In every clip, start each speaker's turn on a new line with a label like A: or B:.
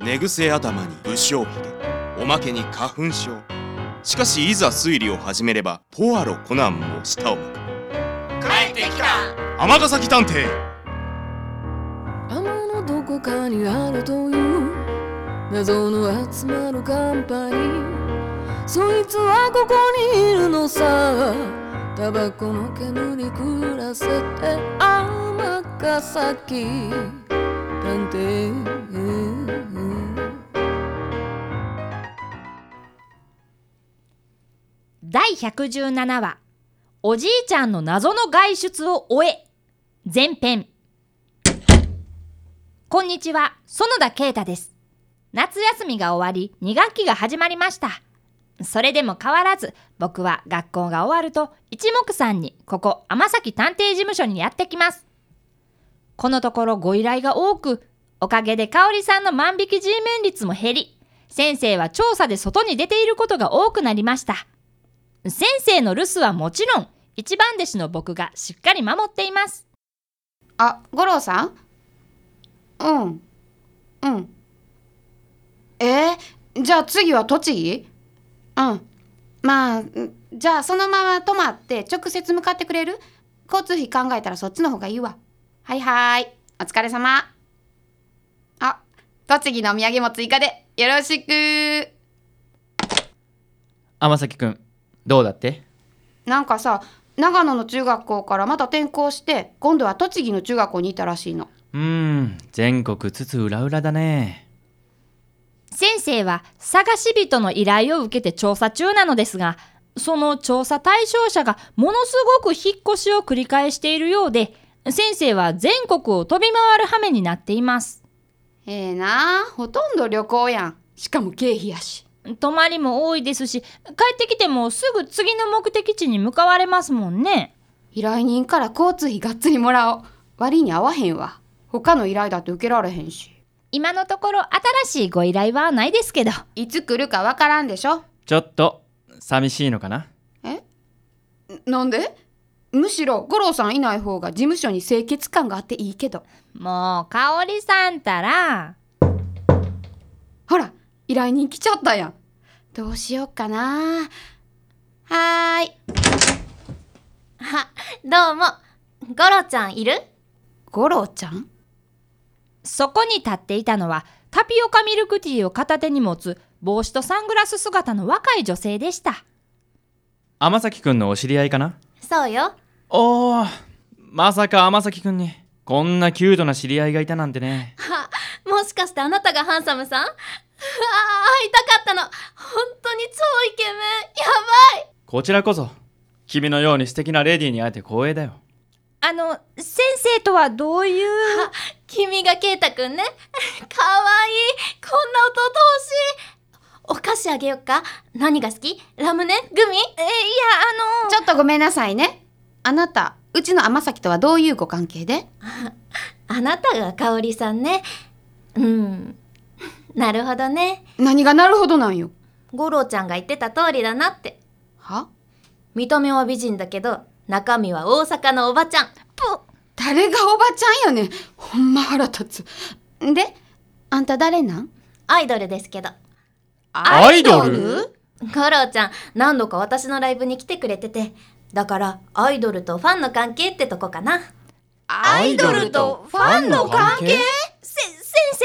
A: 寝癖頭に不祥髭おまけに花粉症しかしいざ推理を始めればポアロコナンも舌を巻く
B: 帰ってきた
A: 尼崎探偵
C: 雨のどこかにあるという謎の集まるカンパニーそいつはここにいるのさタバコの煙に暮らせて天ヶ崎探偵
D: 第117話「おじいちゃんの謎の外出を終え」前編こんにちは園田啓太です夏休みが終わり2学期が始まりましたそれでも変わらず僕は学校が終わると一目散にここ天崎探偵事務所にやってきますこのところご依頼が多くおかげで香里さんの万引き G 面率も減り先生は調査で外に出ていることが多くなりました先生の留守はもちろん一番弟子の僕がしっかり守っています
B: あ五郎さんうんうんえー、じゃあ次は栃木うんまあんじゃあそのまま泊まって直接向かってくれる交通費考えたらそっちの方がいいわはいはーいお疲れ様あ栃木のお土産も追加でよろしく
E: 天崎くんどうだって
B: なんかさ長野の中学校からまた転校して今度は栃木の中学校にいたらしいの
E: うーん全国津々浦々だね
D: 先生は探し人の依頼を受けて調査中なのですがその調査対象者がものすごく引っ越しを繰り返しているようで先生は全国を飛び回る羽目になっています
B: ええなあほとんど旅行やんしかも経費やし
D: 泊まりも多いですし帰ってきてもすぐ次の目的地に向かわれますもんね
B: 依頼人から交通費がっつりもらおう割に合わへんわ他の依頼だって受けられへんし
D: 今のところ新しいご依頼はないですけど
B: いつ来るかわからんでしょ
E: ちょっと寂しいのかな
B: なんでむしろ五郎さんいない方が事務所に清潔感があっていいけど
D: もう香織さんたら
B: ほら依頼人来ちゃったやんどうしようかなはーい
F: どうも。ゴロちゃんいる
B: 五郎ちゃん
D: そこに立っていたのはタピオカミルクティーを片手に持つ帽子とサングラス姿の若い女性でした
E: 天崎くんのお知り合いかな
F: そうよ。
E: おーまさか天崎くんにこんなキュートな知り合いがいたなんてね
F: もしかしてあなたがハンサムさんうわー会いたかったの。本当に超イケメン。やばい。
E: こちらこそ君のように素敵なレディーに会えて光栄だよ
D: あの先生とはどういう
F: 君がケイタくんね。かわいい。こんな弟欲しい。お菓子あげよっか何が好きラムネグミ
D: えいやあの
B: ちょっとごめんなさいねあなたうちの天崎とはどういうご関係で
F: あなたが香織さんね。うん。なるほどね。
B: 何がなるほどなんよ
F: ゴロちゃんが言ってた通りだなって。
B: は
F: 見た目は美人だけど、中身は大阪のおばちゃん。
B: 誰がおばちゃんやねんほんま腹立つんであんた誰なん
F: アイドルですけど。
E: アイドル
F: ゴロちゃん何度か私のライブに来てくれててだからアイドルとファンの関係ってとこかな
E: アイドルとファンの関
D: せ
E: 係
D: 先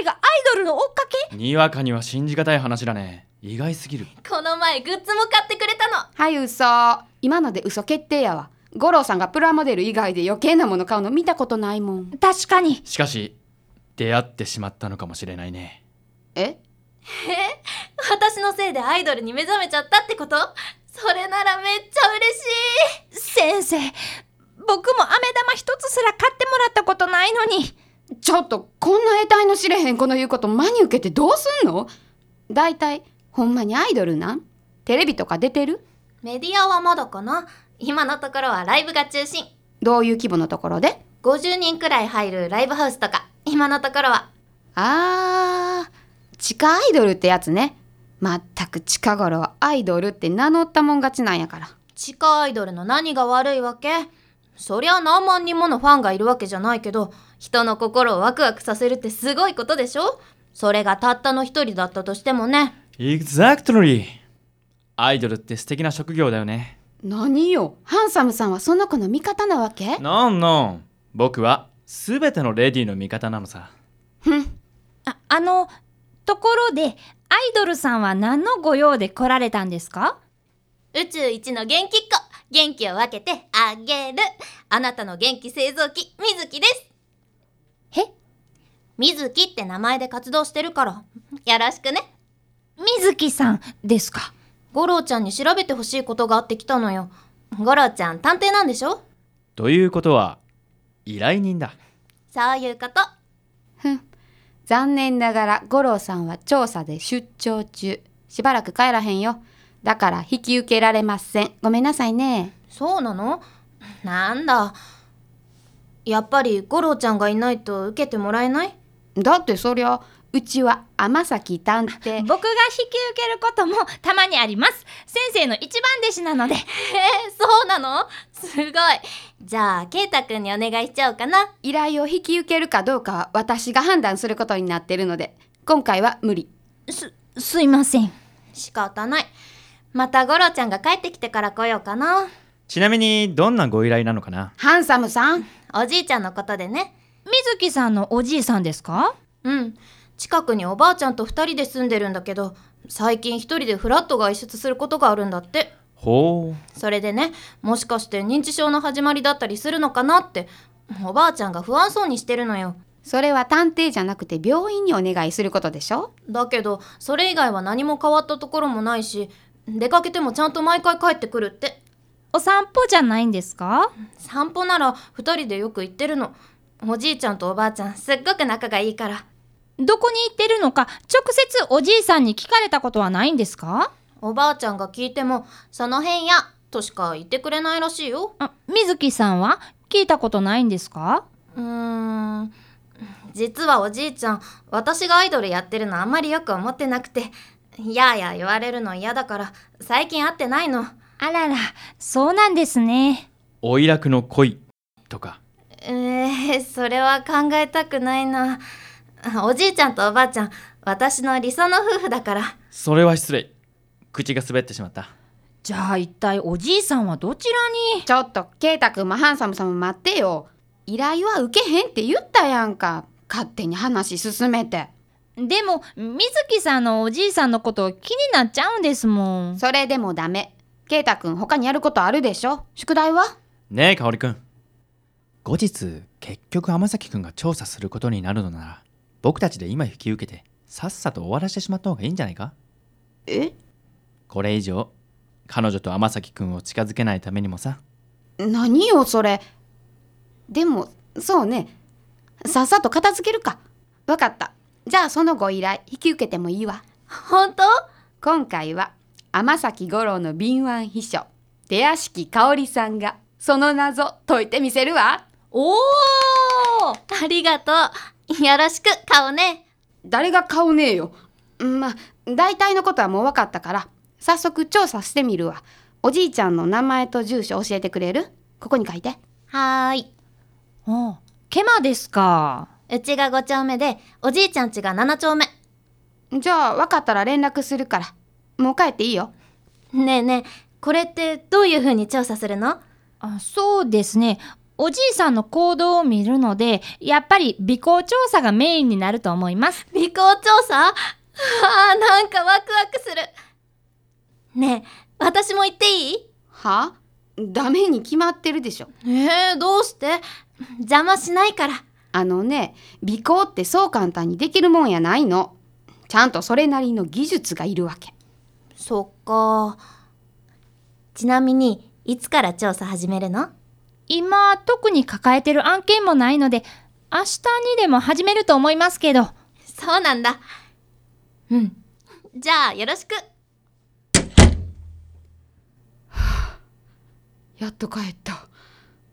D: 生がアイドルの追っかけ
E: にわかには信じがたい話だね意外すぎる
F: この前グッズも買ってくれたの
B: はい嘘今ので嘘決定やわ五郎さんがプラモデル以外で余計なもの買うの見たことないもん
D: 確かに
E: しかし出会ってしまったのかもしれないね
B: え
F: 私のせいでアイドルに目覚めちゃったってことそれならめっちゃ嬉し
D: 先
F: い
D: 生僕も飴玉一つすら買ってもらったことないのに
B: ちょっとこんな得体の知れへん子の言うこと真に受けてどうすんのだいたいほんまにアイドルなんテレビとか出てる
F: メディアはまだかな今のところはライブが中心
B: どういう規模のところで
F: 50人くらい入るライブハウスとか今のところは
B: あー地下アイドルってやつねまったく近頃はアイドルって名乗ったもん勝ちなんやから
F: 地下アイドルの何が悪いわけそりゃ何万人ものファンがいるわけじゃないけど人の心をワクワクさせるってすごいことでしょそれがたったの一人だったとしてもね
E: Exactly! アイドルって素敵な職業だよね。
B: 何よハンサムさんはその子の味方なわけ
E: No, no! 僕は全てのレディーの味方なのさ。
D: ああのところでアイドルさんは何のご用で来られたんですか
F: 宇宙一の元気っ子元気を分けてあげるあなたの元気製造機みずきです
D: え
F: みずきって名前で活動してるからよろしくね
D: 水木さんですか
F: ゴロちゃんに調べてほしいことがあってきたのよゴロちゃん探偵なんでしょ
E: ということは、依頼人だ。
F: そういうこと
B: 残念ながら五郎さんは調査で出張中しばらく帰らへんよだから引き受けられませんごめんなさいね
F: そうなのなんだやっぱりゴロちゃんがいないと受けてもらえない
B: だってそりゃうちは天崎探偵
D: 僕が引き受けることもたまにあります先生の一番弟子なので
F: えそうなのすごいじゃあケイタくんにお願いしちゃおうかな
B: 依頼を引き受けるかどうかは私が判断することになってるので今回は無理
D: すすいません
F: 仕方ないまたゴロちゃんが帰ってきてから来ようかな
E: ちなみに、どんなご依頼なのかな
B: ハンサムさん
F: おじいちゃんのことでね
D: 水木さんのおじいさんですか
F: うん近くにおばあちゃんと2人で住んでるんだけど最近1人でフラット外出することがあるんだって
E: ほう。
F: それでねもしかして認知症の始まりだったりするのかなっておばあちゃんが不安そうにしてるのよ
B: それは探偵じゃなくて病院にお願いすることでしょ
F: だけどそれ以外は何も変わったところもないし出かけてもちゃんと毎回帰ってくるって
D: お散歩じゃないんですか
F: 散歩なら2人でよく行ってるのおじいちゃんとおばあちゃんすっごく仲がいいから
D: どこに行ってるのか直接おじいさんに聞かれたことはないんですか
F: おばあちゃんが聞いても「その辺や」としか言ってくれないらしいよ
D: あ水木さんは聞いたことないんですか
F: うーん実はおじいちゃん私がアイドルやってるのあんまりよく思ってなくてやあやあ言われるの嫌だから最近会ってないの
D: あららそうなんですね
E: おいらくの恋とか。
F: えー、それは考えたくないなおじいちゃんとおばあちゃん私の理想の夫婦だから
E: それは失礼。口が滑ってしまった。
D: じゃあ一体おじいさんはどちらに
B: ちょっとケイタくんもハンサムさんも待ってよ依頼は受けへんって言ったやんか勝手に話進めて
D: でも水木さんのおじいさんのこと気になっちゃうんですもん
B: それでもダメケイタくん他にやることあるでしょ宿題は
E: ねえ、かおりくん。後日、結局天崎くんが調査することになるのなら、僕たちで今引き受けて、さっさと終わらせてしまった方がいいんじゃないか
B: え
E: これ以上、彼女と天崎くんを近づけないためにもさ。
B: 何よそれでもそうねさっさと片付けるかわかったじゃあそのご依頼引き受けてもいいわ
F: 本当
B: 今回は天崎五郎の敏腕秘書出屋敷香織さんがその謎解いてみせるわ
F: おおありがとうよろしく顔ね
B: 誰が顔ねえようんまあ大体のことはもう分かったから早速調査してみるわおじいちゃんの名前と住所教えてくれるここに書いて
F: はーい
D: あケマですか
F: うちが5丁目でおじいちゃんちが7丁目
B: じゃあ分かったら連絡するからもう帰っていいよ
F: ねえねえこれってどういう風に調査するの
D: あそうですねおじいさんの行動を見るのでやっぱり尾行調査がメインになると思います
F: 尾行調査あーなんかワクワクするねえ私も行っていい
B: はあダメに決まってるでしょ
F: えー、どうして邪魔しないから
B: あのね尾行ってそう簡単にできるもんやないのちゃんとそれなりの技術がいるわけ
F: そっかちなみにいつから調査始めるの
D: 今特に抱えてる案件もないので明日にでも始めると思いますけど
F: そうなんだうんじゃあよろしく
B: やっと帰った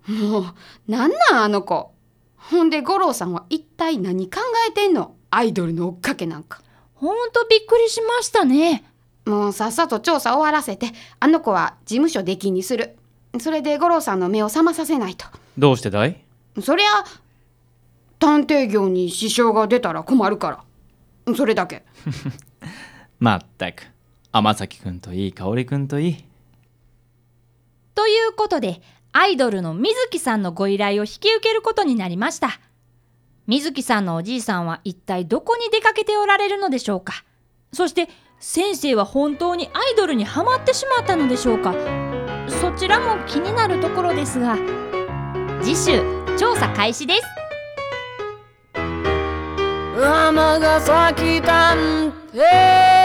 B: もうなんなんあの子ほんで五郎さんは一体何考えてんのアイドルの追っかけなんか
D: ほんとびっくりしましたね
B: もうさっさと調査終わらせてあの子は事務所出禁にするそれで五郎さんの目を覚まさせないと
E: どうしてだい
B: そりゃ探偵業に支障が出たら困るからそれだけ
E: まったく天崎くんといい香織くんといい
D: ということで、アイドルの水木さんのご依頼を引き受けることになりました。水木さんのおじいさんは一体どこに出かけておられるのでしょうかそして、先生は本当にアイドルにはまってしまったのでしょうかそちらも気になるところですが、次週、調査開始です。
C: 天ヶ崎探偵